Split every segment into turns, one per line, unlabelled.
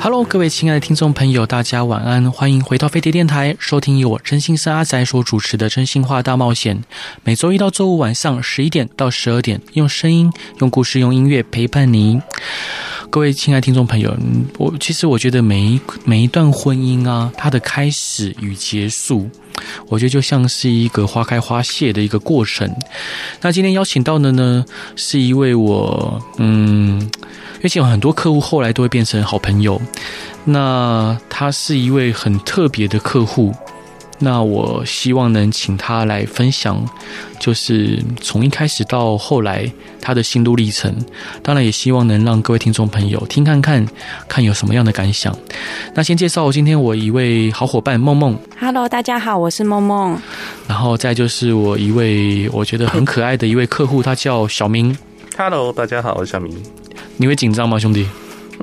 Hello，各位亲爱的听众朋友，大家晚安，欢迎回到飞碟电台，收听由我真心社阿仔所主持的《真心话大冒险》。每周一到周五晚上十一点到十二点，用声音、用故事、用音乐陪伴你。各位亲爱的听众朋友，嗯我其实我觉得每一每一段婚姻啊，它的开始与结束，我觉得就像是一个花开花谢的一个过程。那今天邀请到的呢，是一位我嗯，因为其实有很多客户后来都会变成好朋友。那他是一位很特别的客户，那我希望能请他来分享，就是从一开始到后来他的心路历程。当然，也希望能让各位听众朋友听看看，看有什么样的感想。那先介绍今天我一位好伙伴梦梦，
Hello，大家好，我是梦梦。
然后再就是我一位我觉得很可爱的一位客户，他叫小明。
Hello，大家好，我是小明。
你会紧张吗，兄弟？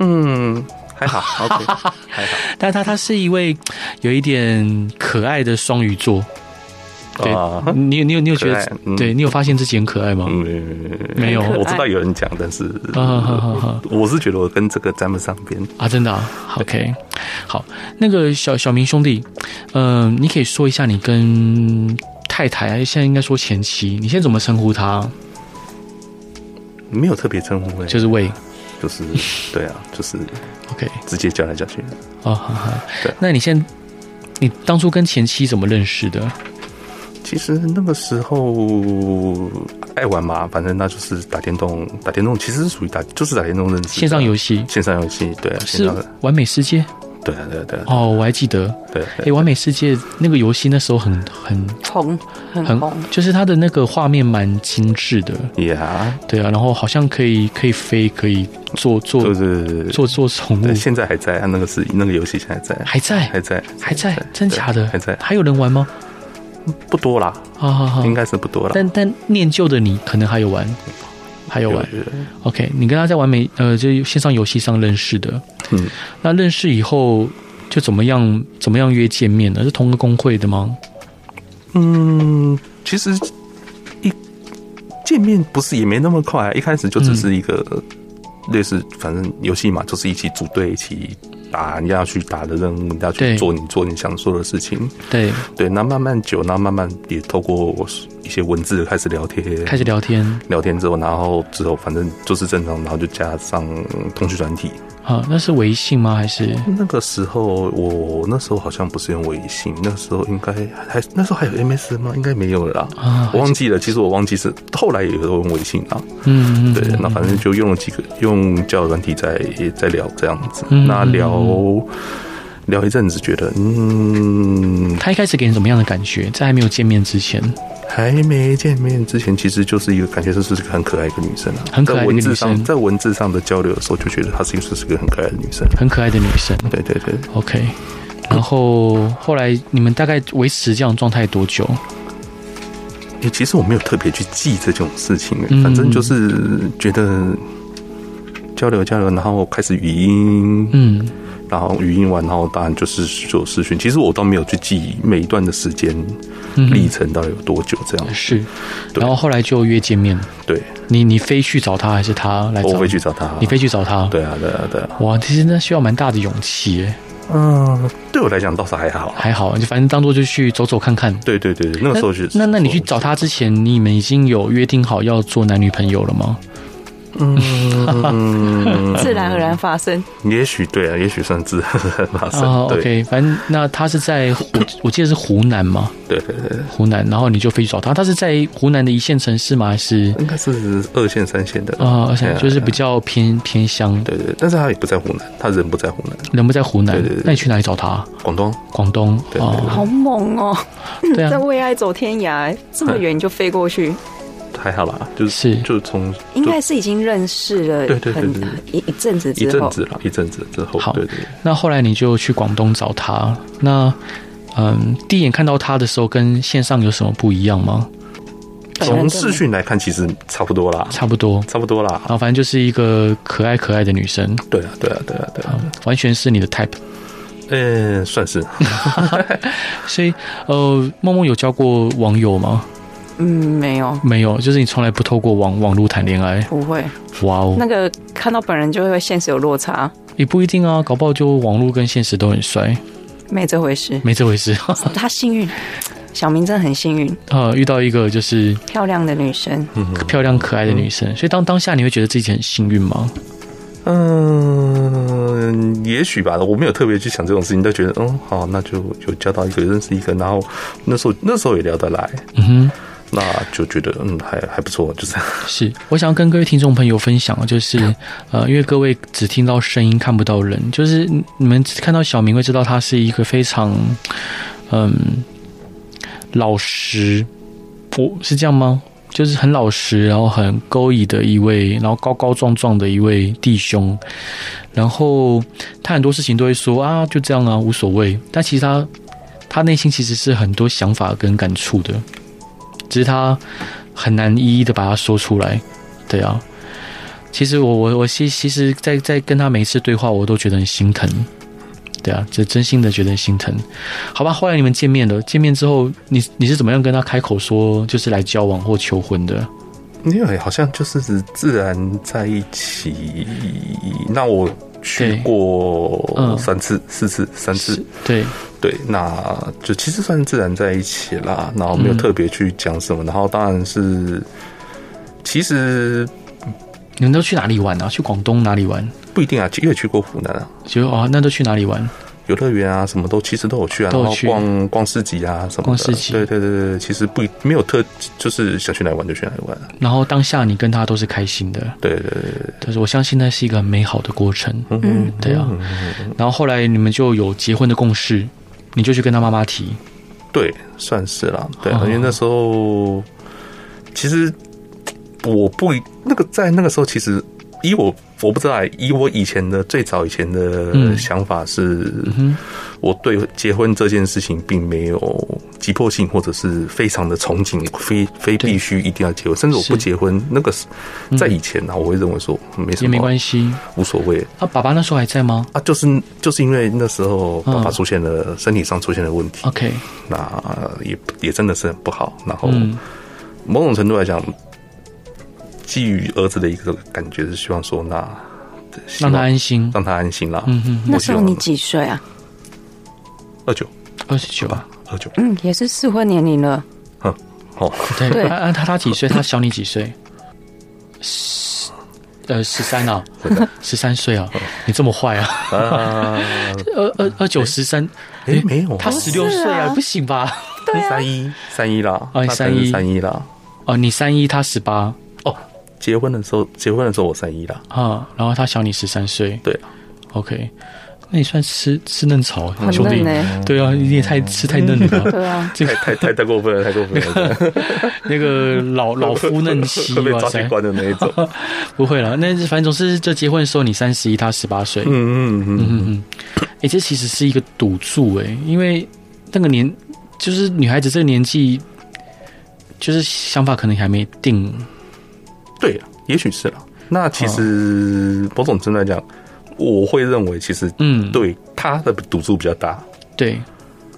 嗯，还好，OK，还好。
但他他是一位有一点可爱的双鱼座，对
啊，
你有你有你有觉
可
得
爱嗯
对你有发现自己很可爱吗？
嗯，
没有
我知道有人讲，但是
啊哈哈哈哈
我是觉得我跟这个沾不上边。
啊，真的、啊、，OK，好，那个小小明兄弟，嗯、你可以说一下你跟太太，现在应该说前妻，你现在怎么称呼她？
没有特别称呼、欸，
就
就是
喂
就是，对啊，就是
，OK，
直接叫来叫去。
哦，哈哈
对，
那你现在你当初跟前妻怎么认识的？
其实那个时候爱玩嘛，反正那就是打电动，打电动其实是属于打，就是打电动认识的
线上游戏
线上游戏，对啊，线
是
上的，
完美世界
对啊，对啊，对啊，
哦，我还记得，
对啊
诶，
对啊
完美世界那个游戏那时候很很
红，很
很
红，
就是它的那个画面蛮精致的，
呀，
对啊，然后好像可以可以飞，可以做
就
做
是
做做宠物
对，，现在还在，啊那个是那个游戏现在啊在，
还在
还在，
还在，真假的
还在，
还有人玩吗？
不多啦，
好好好
应，该是不多啦。
嗯但但念旧的你可能还有玩，还有玩。啊
有有
OK，你跟他在完美呃，就是线上游戏上认识的，
嗯，
那认识以后就怎么样怎么样约见面呢？是同个工会的吗？
嗯，其实一见面不是也没那么快、啊，一开始就
嗯
只是一个、类似，反正游戏嘛，就是一起组队一起。打你要去打的任务，你要
对
去做你做你想做的事情。
对，
对，那慢慢久，那慢慢也透过一些文字开始聊天，
开始聊天
聊天之后，然后之后反正就是正常，然后就加上通讯软体。
啊，那是微信吗？还是
那个时候我那时候好像不是用微信，那时候应该还那时候还有 MS 吗？应该没有了啦。
啊？
我忘记了，其实我忘记是后来也有用微信啦，
嗯，嗯
对，
嗯
那反正就用了几个用交友软体在在聊这样子，
嗯
那聊聊一阵子，觉得嗯，
他一开始给你什么样的感觉？在还没有见面之前，
还没见面之前，其实就是一个感觉，就是个很可爱一个女生啊，
很可爱的一
在
个
文
女生
字上在文字上的交流的时候，就觉得她是一个是个很可爱的女生，
很可爱的女生。
对对对，
OK，然后后来你们大概维持这样的状态多久？
欸其实我没有特别去记这种事情、欸，
嗯
反正就是觉得交流交流，然后开始语音，
嗯，
然后语音完，然后当然就是做视讯。其实我倒没有去记每一段的时间
嗯
历程到底有多久这样。
是，
对
然后后来就约见面。
对，
你你非去找他，还是他来找你？
我会去找他。
你非去找他？。
对啊，对啊，对啊。
哇，其实那需要蛮大的勇气耶。
嗯，对我来讲倒是还好。
还好，就反正当做就去走走看看。
对对对，对那个时候就
那那你去找他之前，你们已经有约定好要做男女朋友了吗？
嗯，
自然而然发生。
也许对啊，也许算自然发生。
啊
对
，OK，反正那他是在 湖，我记得是湖南嘛，
对对对，对
湖南，然后你就飞去找他。他是在湖南的一线城市吗？还是
应该是二线三线的。
啊，而且
对啊
就是比较偏偏乡，
对对，对但是他也不在湖南，他人不在湖南，
人不在湖南
对对对，
那你去哪里找他？
广东。
广东
对
啊，
好猛哦！
对啊
在，为爱走天涯，这么远就飞过去，
还好啦，就是就从
应该
就是
已经认识了很，
对对对对对
一一阵子
一
之
阵
后，
子啦，一阵子之后
好，
对对，对
那后来你就去广东找他，那嗯，第一眼看到他的时候跟线上有什么不一样吗？
本人的
从视讯来看，其实差不多啦，
差不多。
差不多啦
然。后反正就是一个可爱可爱的女生，
对啊，对啊，对啊，对啊，
完全是你的 type。
嗯，算是。
所以，呃，梦梦有交过网友吗？
嗯，没有，
没有，就是你从来不透过网网络谈恋爱。
不会。
哇哦，
那个看到本人就会现实有落差，
也不一定啊，搞不好就网络跟现实都很帅，
没这回
嗯
事。哦
没这回事。
他幸运，小明真的很幸运，
呃，遇到一个就是
漂亮的女生，
嗯
漂亮可爱的女生，所以当当下你会觉得自己很幸运吗？
嗯，也许吧，我没有特别去想这种事情，都觉得嗯，好，那就有交到一个认识一个，然后那时候那时候也聊得来，
嗯
那就觉得嗯还还不错，就这样。
哼， 是。我想要跟各位听众朋友分享的就是，呃，因为各位只听到声音看不到人，就是你你们只看到小明会知道他是一个非常，嗯，老实，我是这样吗？就是很老实，然后很勾引的一位，然后高高壮壮的一位弟兄，然后他很多事情都会说啊，就这样啊，无所谓。但其实他他内心其实是很多想法跟感触的，只是他很难一一的把它说出来。对啊，其实我我我其其实在，在跟他每一次对话，我都觉得很心疼。对啊，这真心的觉得很心疼。好吧，后来你们见面了，见面之后，你你是怎么样跟他开口说就是来交往或求婚的？
因为好像就是自然在一起，那我去
对
过
嗯
三次、四次、三次，，
对，
对，那就其实算是自然在一起啦，然后没有
嗯
特别去讲什么，然后当然是其实
你们都去哪里玩啊？去广东哪里玩？
不一定啊，因为去过湖南啊。
就哦，那都去哪里玩？
游乐园啊，什么都其实都有去啊，
都有
然后
去
逛逛市集啊什么的。
逛市集
对对对对，其实不一没有特，就是想去哪里玩就去哪里玩。啊
然后当下你跟他都是开心的，
对对对对，
但是我相信那是一个很美好的过程。
嗯，
对啊，然后后来你们就有结婚的共识，你就去跟他妈妈提，
对，算是啦。对、啊，
哦
因为那时候其实我不一那个在那个时候，其实以我我不知道啊，以我以前的最早以前的
嗯
想法是，
嗯
我对结婚这件事情并没有急迫性，或者是非常的憧憬，非非
对
必须一定要结婚，甚至我
是
不结婚，那个是
嗯
在以前呢、啊，我会认为说没
也
什
没
么，
关系。
无所谓
啊，爸爸那时候还在吗
啊，就是就是因为那时候
嗯
爸爸出现了、身体上出现了问题，
？OK，
那也也真的是很不好，然后
嗯，
某种程度来讲，基于儿子的一个感觉是希望说那希
让
望
他安心。
让他安心啦，
嗯哼，
那
我
时
希
候
望
你几岁啊？
二九
二十九吧。
二九
嗯，也是适婚年龄 了。
哦，
对，
对
啊啊他他几岁？他小你几岁？十，呃，十三啊，十三岁啊，你这么坏啊？
哦啊，
二二二九十三，
哎、
诶
没有啊，
他十六岁
是
啊，
啊
不行吧？
三一三一啦，
啊哦
那可能是
31
三一啦。
哦，你三一，他十八
哦，结婚的时候，结婚的时候我三一啦，
啊，然后他小你十三岁。
对啊，
OK，那你算吃吃嫩草，啊
很
兄弟
嫩。欸
对啊，你也太吃太嫩了吧？
对啊，
这
太
个
太太太过分了，太过 分了，啊
那个老老夫嫩妻，
会被
哇
抓去
塞，
关的那 一种。
不会了。那反正总是这结婚的时候，你三十一，他十八岁。
嗯嗯嗯，
嗯嗯，哎、这其实是一个赌注哎、因为那个年就是女孩子这个年纪，就是想法可能还没定，
对啊，也许是啦。那其实
哦
某种程度来讲，我会认为其实
嗯，
对他的赌注比较大，
对，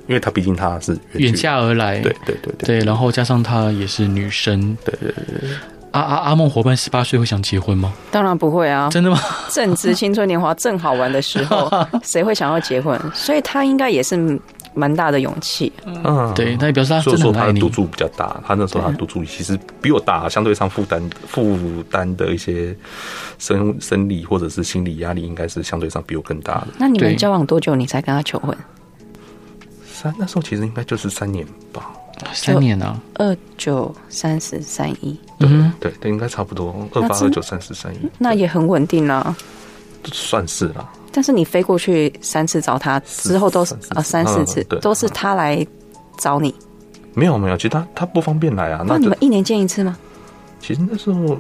因为他毕竟他是
远
距离，
嫁而来，
对对对
对，
对
然后加上她也是女生，
对对对对，
阿阿阿梦伙伴十八岁会想结婚吗？
当然不会啊，
真的吗？
正值青春年华正好玩的时候，谁会想要结婚？所以他应该也是蛮大的勇气。
嗯，
对，。那也表示她
所以
啊真的
说
很
他
爱
的
你
赌。注比较大，他那时候他的赌注其实比我大，相对上负担负担的一些生生理或者是心理压力，应该是相对上比我更大的。
那你
对
们交往多久你才跟他求婚？
三那时候其实应该就是三年吧，
三年啊，
二九三十三一，
对、
嗯
对对，应该差不多二八
那
二
真
九三十三一，
那也很稳定啦。
算是啦、
但是你飞过去三次找他之后都是
四次
啊三四次
嗯对
都是他来找你，
没有没有，其实他他不方便来啊，
那
那
你
就
们一年见一次吗？
其实那时候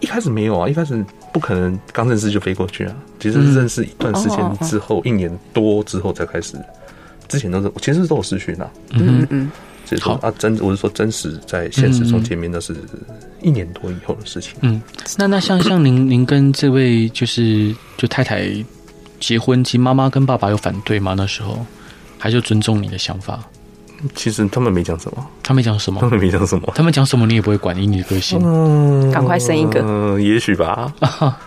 一开始没有啊，一开始不可能刚认识就飞过去啊，其实是认识一段时间之后，一年多之后才开始之前都是其实都有视讯啊，
嗯嗯嗯，
就是说
好
啊真我是说真实在现实中见面，那是一年多以后的事情。
嗯，那那像像您您跟这位就是就太太结婚，其实妈妈跟爸爸有反对吗？那时候还是尊重你的想法？
嗯其实他们没讲什么，
他们讲什
他
么？
们没讲什么。
他们讲什么你也不会管，以你的个性。
嗯，
赶快生一个
嗯，也 许吧。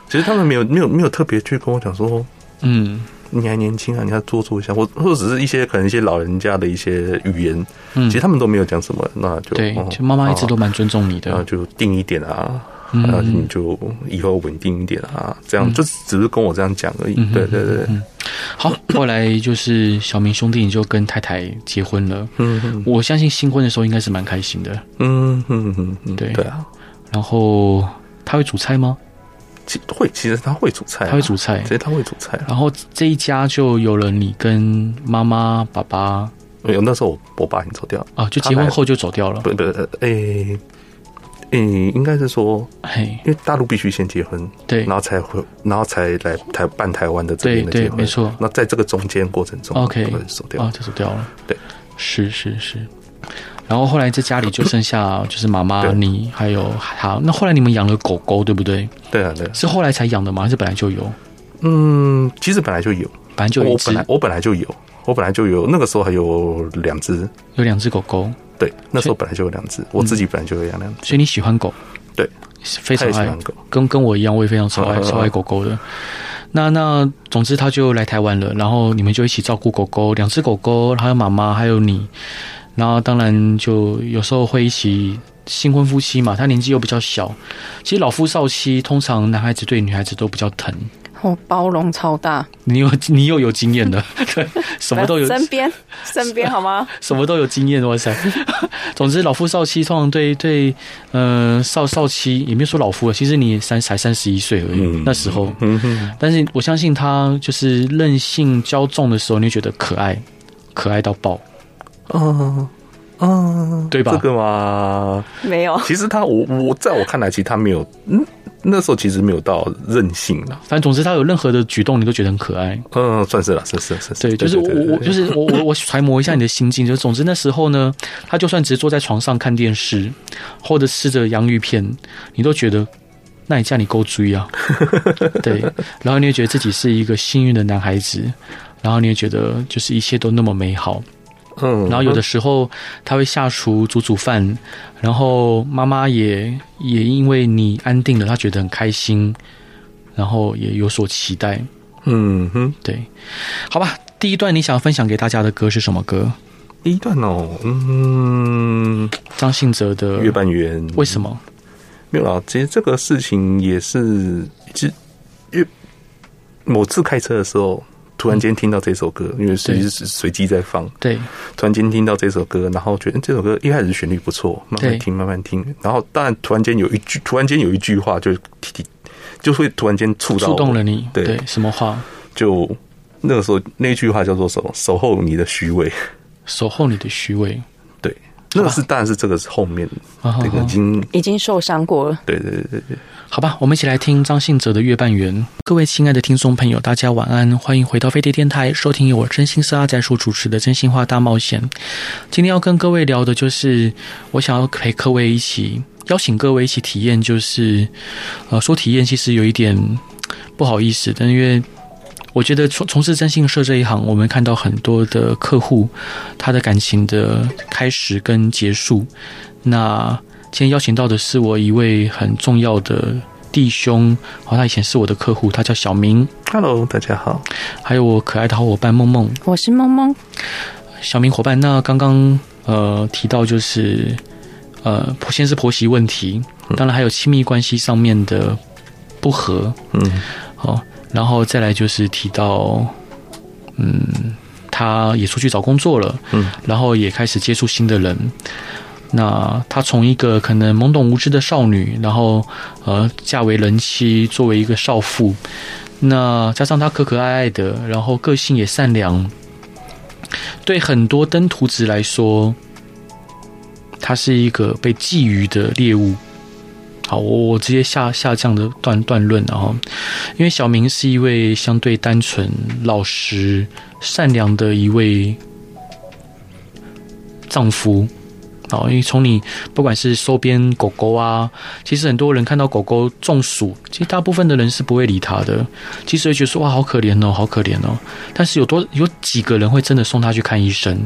其实他们没有没有没有特别去跟我讲说
嗯
你还年轻啊，你要多做一下，或或者只是一些可能一些老人家的一些语言，
嗯
其实，他们都没有讲什么，那就
对
哦，
就妈妈一直都
啊
蛮尊重你
然后
的。
就定一点啊，
嗯
然后你就以后稳定一点啊，这样就只是跟我这样讲
嗯
而已。对对对，
好，后来就是小明兄弟你就跟太太结婚了。
嗯
我相信新婚的时候应该是蛮开心的。
嗯嗯嗯嗯，
对
对啊，
然后他会煮菜吗？
其会其实他会煮菜啊，
他会煮菜
其。实他会煮菜啊。
然后这一家就有了你跟妈妈、爸爸
没有那时候我我爸已经走掉了，
啊，就结婚后就走掉了。
不不诶诶，应该是说，
嘿，
因为大陆必须先结婚，
对
然后才会，然后才来台办台湾的这边的
对
结
对
婚，
没错
那在这个中间过程中
OK
都会走掉。
啊，就走掉了。
对，
是是是。然后后来在家里就剩下就是妈妈、
对
你还有他。那后来你们养了狗狗，对不对？
对啊，对啊，
是后来才养的吗？还是本来就有？
嗯，其实本来就有，
本来就有一
我
只
本，来我本来就有，我本来就有，那个时候还有两只，
有两只狗狗，
对，那时候本来就有两只，我自己本来就有养两只，
所以你喜欢狗，
对，
嗯非常
太喜
爱
欢，狗，
跟跟我一样，我也非常超爱
嗯嗯嗯
超爱狗狗的。那那总之他就来台湾了，然后你们就一起照顾狗狗，两只狗狗，还有妈妈，还有你。然后当然就有时候会一起新婚夫妻嘛，他年纪又比较小，其实老夫少妻，通常男孩子对女孩子都比较疼。
我哦包容超大，
你有 你又有经验的， 对，什么都有，
身边身边好吗？
什么都有经验，哇塞！ 总之，老夫少妻通常对对，呃，少少妻也没有说老夫啊了，其实你也三才三十一岁而已，
嗯
那时候。
嗯哼，
但是我相信他就是任性骄纵的时候，你会觉得可爱，可爱到爆。
嗯嗯，
对吧
这个嘛，
没有，
其实他我我在我看来，其实他没有，嗯，那时候其实没有到任性啦，
反正总之，他有任何的举动，你都觉得很可爱。
嗯，算是啦，是是是，
对，就是我我就是我我我揣摩一下你的心境，就总之那时候呢，他就算只是坐在床上看电视，或者吃着洋芋片，你都觉得那你叫你够追 啊，对，然后你也觉得自己是一个幸运的男孩子，然后你也觉得就是一切都那么美好，
嗯，
然后有的时候他会下厨煮煮饭，然后妈妈也也因为你安定了，她觉得很开心，然后也有所期待。
嗯哼，
对，好吧，第一段你想分享给大家的歌是什么歌？
第一段哦，嗯，
张信哲的
月半圆，
为什么？
没有啦，其实这个事情也是，其实因为某次开车的时候，突然间听到这首歌，因为随
对
是随机在放，
对，
突然间听到这首歌，然后觉得嗯这首歌一开始旋律不错，慢
对
慢听，慢慢听，然后当然突然间有一句，突然间有一句话就提提就会突然间触到
触
我
动了你。
对
什么话？
就那个时候那句话叫做什么？守候你的虚伪，
守候你的虚伪。
对，那个是当然是这个是后面
啊哈
这个
哈
已经
已经受伤过了。
对对对对对。
好吧，我们一起来听张信哲的《月半圆》。各位亲爱的听众朋友，大家晚安，欢迎回到飞碟电台，收听由我真心是阿仔所主持的《真心话大冒险》。今天要跟各位聊的就是，呃我想要陪各位一起，邀请各位一起体验，就是，呃，说体验其实有一点嗯不好意思，但因为。我觉得从从事征信社这一行，我们看到很多的客户，他的感情的开始跟结束，那今天邀请到的是我一位很重要的弟兄，哦，他以前是我的客户，他叫小明，
Hello，大家好。
还有我可爱的好伙伴梦梦。
我是萌萌，
小明伙伴，那刚刚呃提到就是呃，先是婆媳问题，当然还有亲密关系上面的不和，
嗯
哦，然后再来就是提到，嗯，他也出去找工作了，
嗯，
然后也开始接触新的人。那她从一个可能懵懂无知的少女，然后呃嫁为人妻，作为一个少妇，那加上她可可爱爱的，然后个性也善良，对很多登徒子来说，她是一个被觊觎的猎物。好，我我直接下下这样的断断论了哈，然后因为小明是一位相对单纯、老实、善良的一位丈夫。哦，因为从你不管是收编狗狗啊，其实很多人看到狗狗中暑，其实大部分的人是不会理它的，其实会觉得说哇好可怜哦，好可怜哦。但是有多有几个人会真的送它去看医生？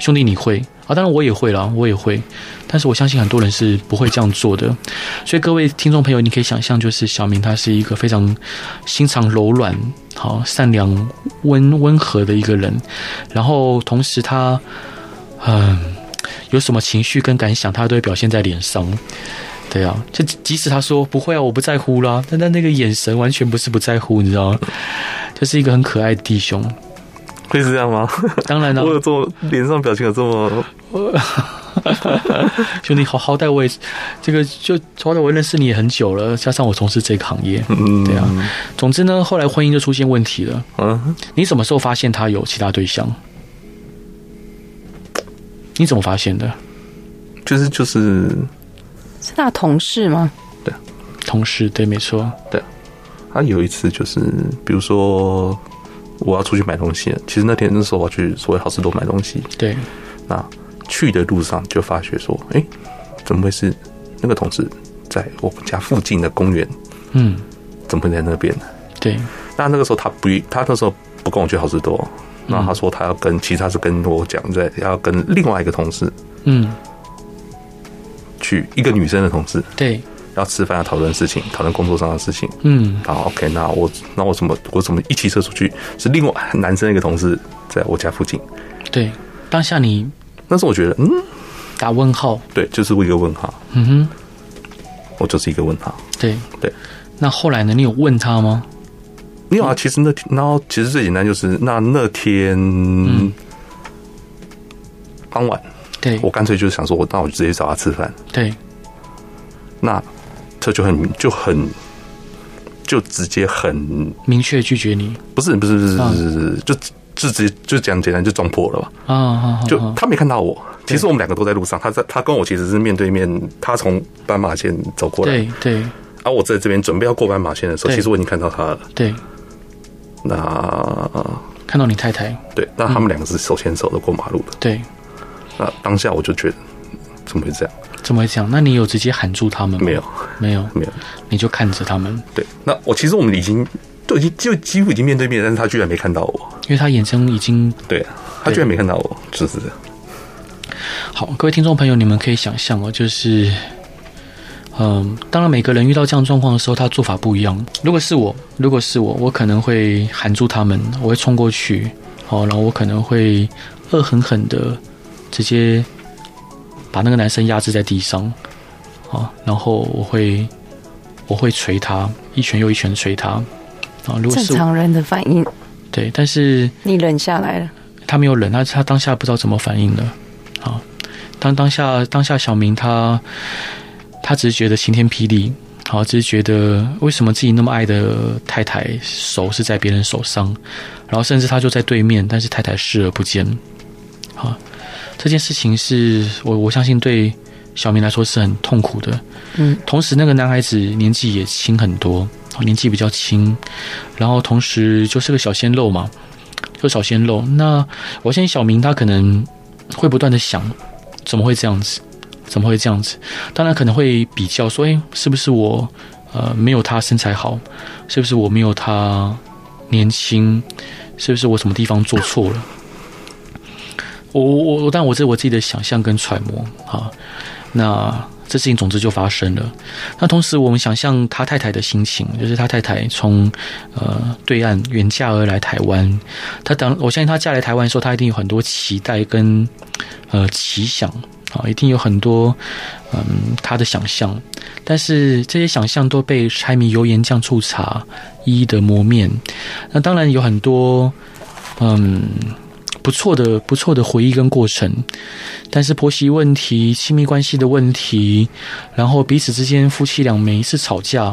兄弟，你会啊？当然我也会啦，我也会。但是我相信很多人是不会这样做的。所以各位听众朋友，你可以想象，就是小明他是一个非常心肠柔软、好善良、温温和的一个人，然后同时他，嗯。有什么情绪跟感想，他都会表现在脸上。对啊，就即使他说不会啊，我不在乎啦，但他那个眼神完全不是不在乎，你知道吗？ 就是一个很可爱的弟兄。
会是这样吗？
当然了、
我有这么脸上表情有这么
兄弟，好好歹我也这个就好歹我认识你也很久了，加上我从事这个行业，
嗯，
对啊。总之呢，后来婚姻就出现问题了。
嗯，
你什么时候发现他有其他对象？你怎么发现的？
就是就是
是他同事吗？
同事对，没错，
他有一次就是，比如说我要出去买东西了，其实那天那时候我要去所谓好事多买东西，
对，
那去的路上就发觉说，哎、怎么会是那个同事在我们家附近的公园？
嗯，
怎么会在那边呢？
对，
那那个时候他不，他那时候不跟我去好事多，然后他说他要跟，其实他是跟我讲在要跟另外一个同事
嗯，
去，一个女生的同事
对，
要吃饭要讨论事情，讨论工作上的事情。
嗯，
然后 OK，那我那我怎么我怎么一骑车出去是另外男生一个同事在我家附近，
对，当下你
那时候我觉得嗯，
打问号，
对，就是一个问号，
嗯哼，
我就是一个问号。
对
对。
那后来呢？你有问他吗？
没有啊，其实那天然后其实最简单就是那那天傍晚，
对
我干脆就是想说我那我就直接找他吃饭，
对
那这就很就很就直接很
明确拒绝你
不是不是不是
啊
不是不是就就直接就这样简单就撞破了吧。
啊啊啊！
就
啊
他没看到我，其实我们两个都在路上，他在他跟我其实是面对面，他从斑马线走过来，
对对
而我在这边准备要过斑马线的时候，
对
其实我已经看到他了。
对，
那
看到你太太，
对，那他们两个是手牵手的过马路的。
对，
那当下我就觉得怎么会这样？
怎么会这样？那你有直接喊住他们吗？
没有，
没有，
没有。
你就看着他们，
对，那我其实我们已经都已经就几乎已经面对面，但是他居然没看到我。
因为他眼中已经
对，他居然没看到我，就是这样。
好，各位听众朋友，你们可以想象哦，就是，嗯，当然每个人遇到这样状况的时候，他做法不一样。如果是我，如果是我，我可能会喊住他们，我会冲过去，哦，然后我可能会恶狠狠的直接把那个男生压制在地上，哦，然后我会我会捶他一拳又一拳捶他，啊，如果
正
是我
常人的反应，
对，但是
你忍下来了，
他没有忍，他他当下不知道怎么反应了。啊，当当下当下小明他他只是觉得晴天霹雳，好，只是觉得为什么自己那么爱的太太手是在别人手上，然后甚至他就在对面，但是太太视而不见。啊，这件事情是我我相信对小明来说是很痛苦的。
嗯，
同时那个男孩子年纪也轻很多，哦年纪比较轻，然后同时就是个小鲜肉嘛，就小鲜肉。那我相信小明他可能会不断的想，怎么会这样子？怎么会这样子？当然可能会比较说，诶，是不是我呃没有他身材好？是不是我没有他年轻？是不是我什么地方做错了？我我我，但我这是我自己的想象跟揣摩啊。那这事情总之就发生了。那同时，我们想象他太太的心情，就是他太太从呃对岸远嫁而来台湾，她当我相信她嫁来台湾的时候，她一定有很多期待跟呃奇想啊，一定有很多嗯她的想象，但是这些想象都被柴米油盐酱醋茶一一的磨灭。那当然有很多嗯。不错的，不错的回忆跟过程，但是婆媳问题、亲密关系的问题，然后彼此之间夫妻俩每一次吵架，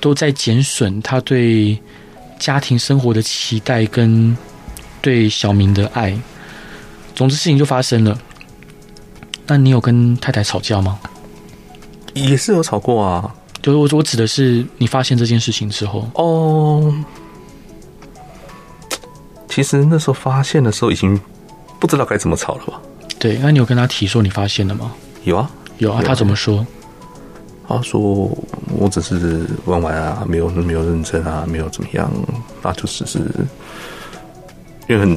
都在减损他对家庭生活的期待跟对小明的爱。总之，事情就发生了。那你有跟太太吵架吗？
也是有吵过啊。
就是我我指的是你发现这件事情之后，
哦，其实那时候发现的时候已经不知道该怎么吵了吧。
对，那你有跟他提说你发现了吗？
有啊，
有啊，
有啊
他怎么说？
他说我只是玩玩啊，没有没有认真啊，没有怎么样，那就只是因为很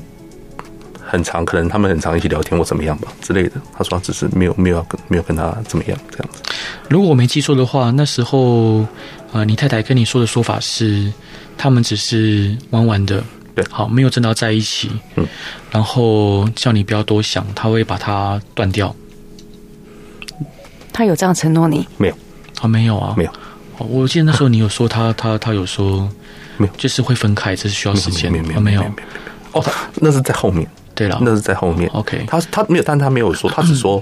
很长，可能他们很常一起聊天或怎么样吧之类的。他说他只是没有没有要跟没有跟他怎么样这样子。
如果我没记错的话，那时候呃，你太太跟你说的说法是，他们只是玩玩的，
对
好，没有真的要在一起，
嗯，
然后叫你不要多想，他会把它断掉。
他有这样承诺你，
没有
啊，没有啊，
没有
哦。我记得那时候你有说他他他有说，
没有
就是会分开，这是需要时间，
没有没有
啊
没有
有
没有没有没。有哦，他那是在后面，
对了，
那是在后面。
OK
他他没有，但他没有说，他只说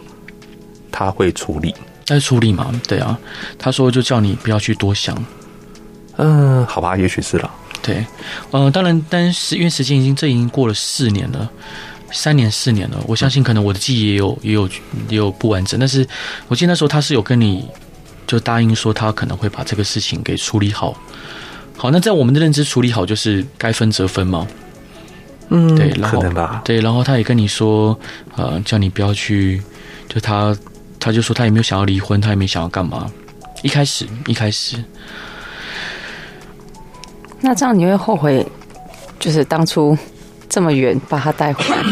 他会处理。
但是处理嘛，对啊，他说就叫你不要去多想，
嗯、好吧，也许是啦。
对，呃，当然，但是因为时间已经这已经过了四年了，三年四年了，我相信可能我的记忆也有也有也有不完整，但是我记得那时候他是有跟你就答应说他可能会把这个事情给处理好。好，那在我们的认知，处理好就是该分则分嘛，
嗯，
对然后
可能吧。
对，然后他也跟你说，呃，叫你不要去，就他他就说他也没有想要离婚，他也没想要干嘛。一开始一开始，
那这样你会后悔，就是当初这么远把他带回来，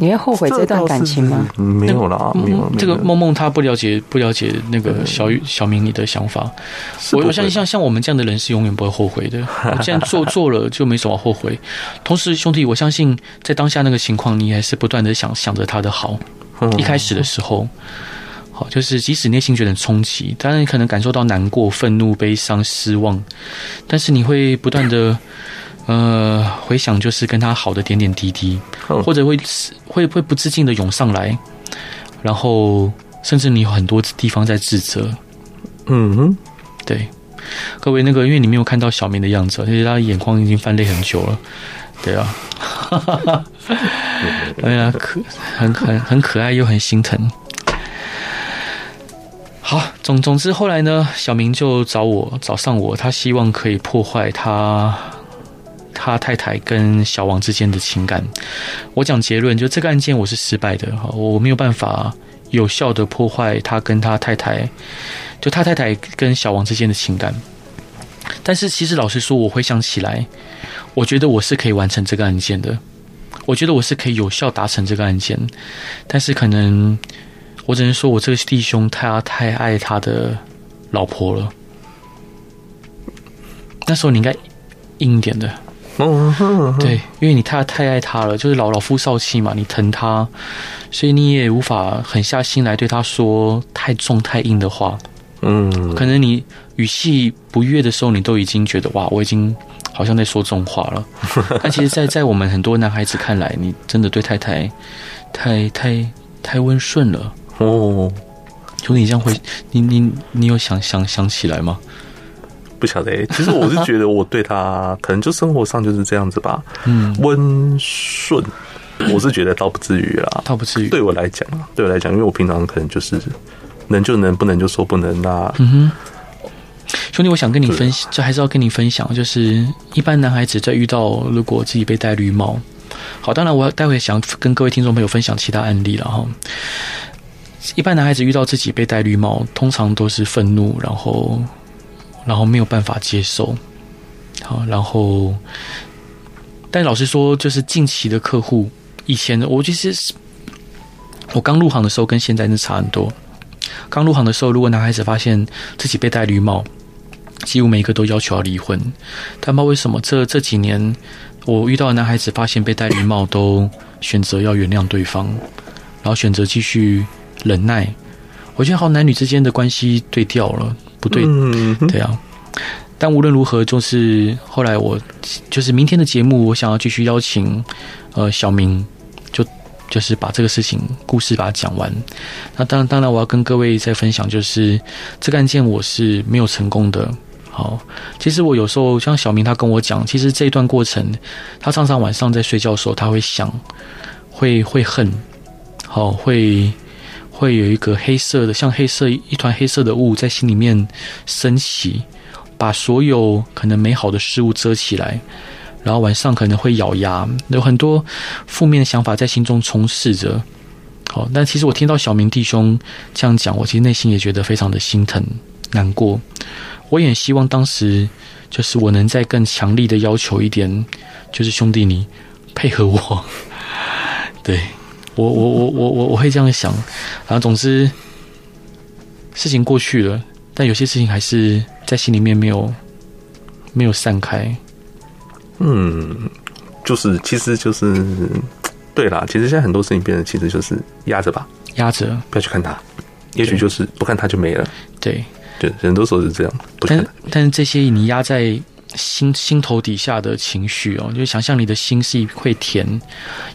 你会后悔这段感情吗？
嗯没有啦，没有没有。
这个
没有
梦梦她不了解不了解那个小雨小明你的想法，
是
我我
不会
相信像像我们这样的人是永远不会后悔的。我既然做做了，就没什么好后悔。同时，兄弟，我相信在当下那个情况，你还是不断的想想着他的好。
嗯
一开始的时候，好，就是即使内心觉得很冲击，当然你可能感受到难过、愤怒、悲伤、失望，但是你会不断的。呃，回想就是跟他好的点点滴滴，
嗯
或者会会会不自禁的涌上来，然后甚至你有很多地方在自责，
嗯哼，
对，各位那个，因为你没有看到小明的样子，而且他眼眶已经泛泪很久了。对啊，哎呀，可很很很可爱又很心疼。好，总总之后来呢，小明就找我找上我，他希望可以破坏他他太太跟小王之间的情感。我讲结论，就这个案件我是失败的，好我没有办法有效的破坏他跟他太太就他太太跟小王之间的情感。但是其实老实说，我回想起来，我觉得我是可以完成这个案件的，我觉得我是可以有效达成这个案件，但是可能我只能说我这个弟兄他太爱他的老婆了。那时候你应该硬一点的，
嗯哼，
对，因为你太太爱他了，就是老老夫少妻嘛，你疼他，所以你也无法狠下心来对他说太重太硬的话。
嗯，
可能你语气不悦的时候，你都已经觉得哇，我已经好像在说重话了。但其实在，在我们很多男孩子看来，你真的对太太太太太温顺了。
哦，
就你这样会，你你你有想想想起来吗？
不晓得欸。其实我是觉得我对他，可能就生活上就是这样子吧，
嗯，
温顺。我是觉得倒不至于啦，
倒不至于。
对我来讲啊，对我来讲，因为我平常可能就是能就能，不能就说不能啦。
嗯哼，兄弟，我想跟你
对啊
分享，这还是要跟你分享，就是一般男孩子在遇到如果自己被戴绿帽，好，当然我要待会想跟各位听众朋友分享其他案例了哈。一般男孩子遇到自己被戴绿帽，通常都是愤怒，然后然后没有办法接受，好，然后但老实说，就是近期的客户，以前的我就是我刚入行的时候跟现在是差很多。刚入行的时候，如果男孩子发现自己被戴绿帽，几乎每一个都要求要离婚。但不知道为什么这这几年我遇到的男孩子发现被戴绿帽，都选择要原谅对方，然后选择继续忍耐。我觉得好像男女之间的关系对调了，不对
嗯哼，
对啊。但无论如何，就是后来我就是明天的节目，我想要继续邀请呃小明，就就是把这个事情故事把它讲完。那当然，当然我要跟各位再分享，就是这个案件我是没有成功的。好，其实我有时候像小明他跟我讲，其实这一段过程，他常常晚上在睡觉的时候，他会想，会会恨，好会。会有一个黑色的，像黑色一团黑色的雾在心里面升起，把所有可能美好的事物遮起来，然后晚上可能会咬牙，有很多负面的想法在心中充斥着。好，但其实我听到小明弟兄这样讲，我其实内心也觉得非常的心疼、难过。我也希望当时就是我能再更强力的要求一点，就是兄弟你配合我。 对我，我，我，我，我我会这样想。然后，总之事情过去了，但有些事情还是在心里面没有没有散开。
嗯，就是，其实就是，对啦，其实现在很多事情变得其实就是压着吧，
压着，
不要去看它，也许
对
就是不看它就没了，
对，
对，很多时候是这样，不看
但
它，
但是这些你压在心心头底下的情绪哦，就想象你的心是一块田，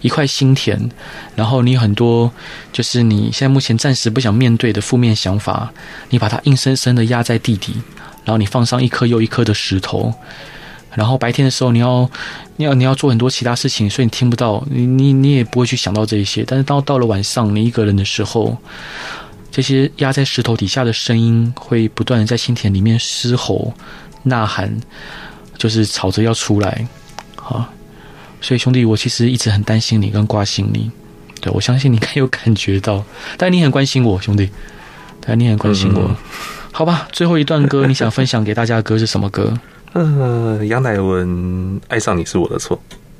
一块心田，然后你有很多就是你现在目前暂时不想面对的负面想法，你把它硬生生的压在地底，然后你放上一颗又一颗的石头。然后白天的时候，你要，你要，你要做很多其他事情，所以你听不到，你你你也不会去想到这一些。但是到到了晚上，你一个人的时候，这些压在石头底下的声音会不断的在心田里面嘶吼、呐喊，就是吵着要出来，啊！所以兄弟，我其实一直很担心你跟挂心你，对我相信你应该有感觉到，但你很关心我，兄弟，但你很关心我，
嗯
好吧？最后一段歌，你想分享给大家的歌是什么歌？
呃，杨乃文爱上你是我的错，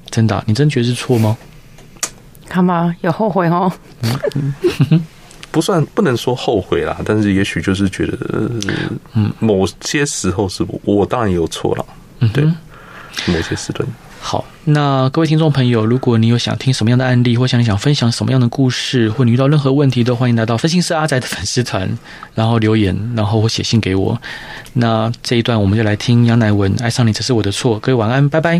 真的啊、你真觉得是错吗？
看吗？有后悔哦，
不算不能说后悔啦，但是也许就是觉得，嗯，某些时候是我我当然也有错了，
嗯哼
对，某些时段，
好，那各位听众朋友，如果你有想听什么样的案例，或想你想分享什么样的故事，或你遇到任何问题，都欢迎来到分心社阿仔的粉丝团， 然后留言，然后或写信给我。那这一段我们就来听杨乃文《爱上你只是我的错》，各位晚安，拜拜。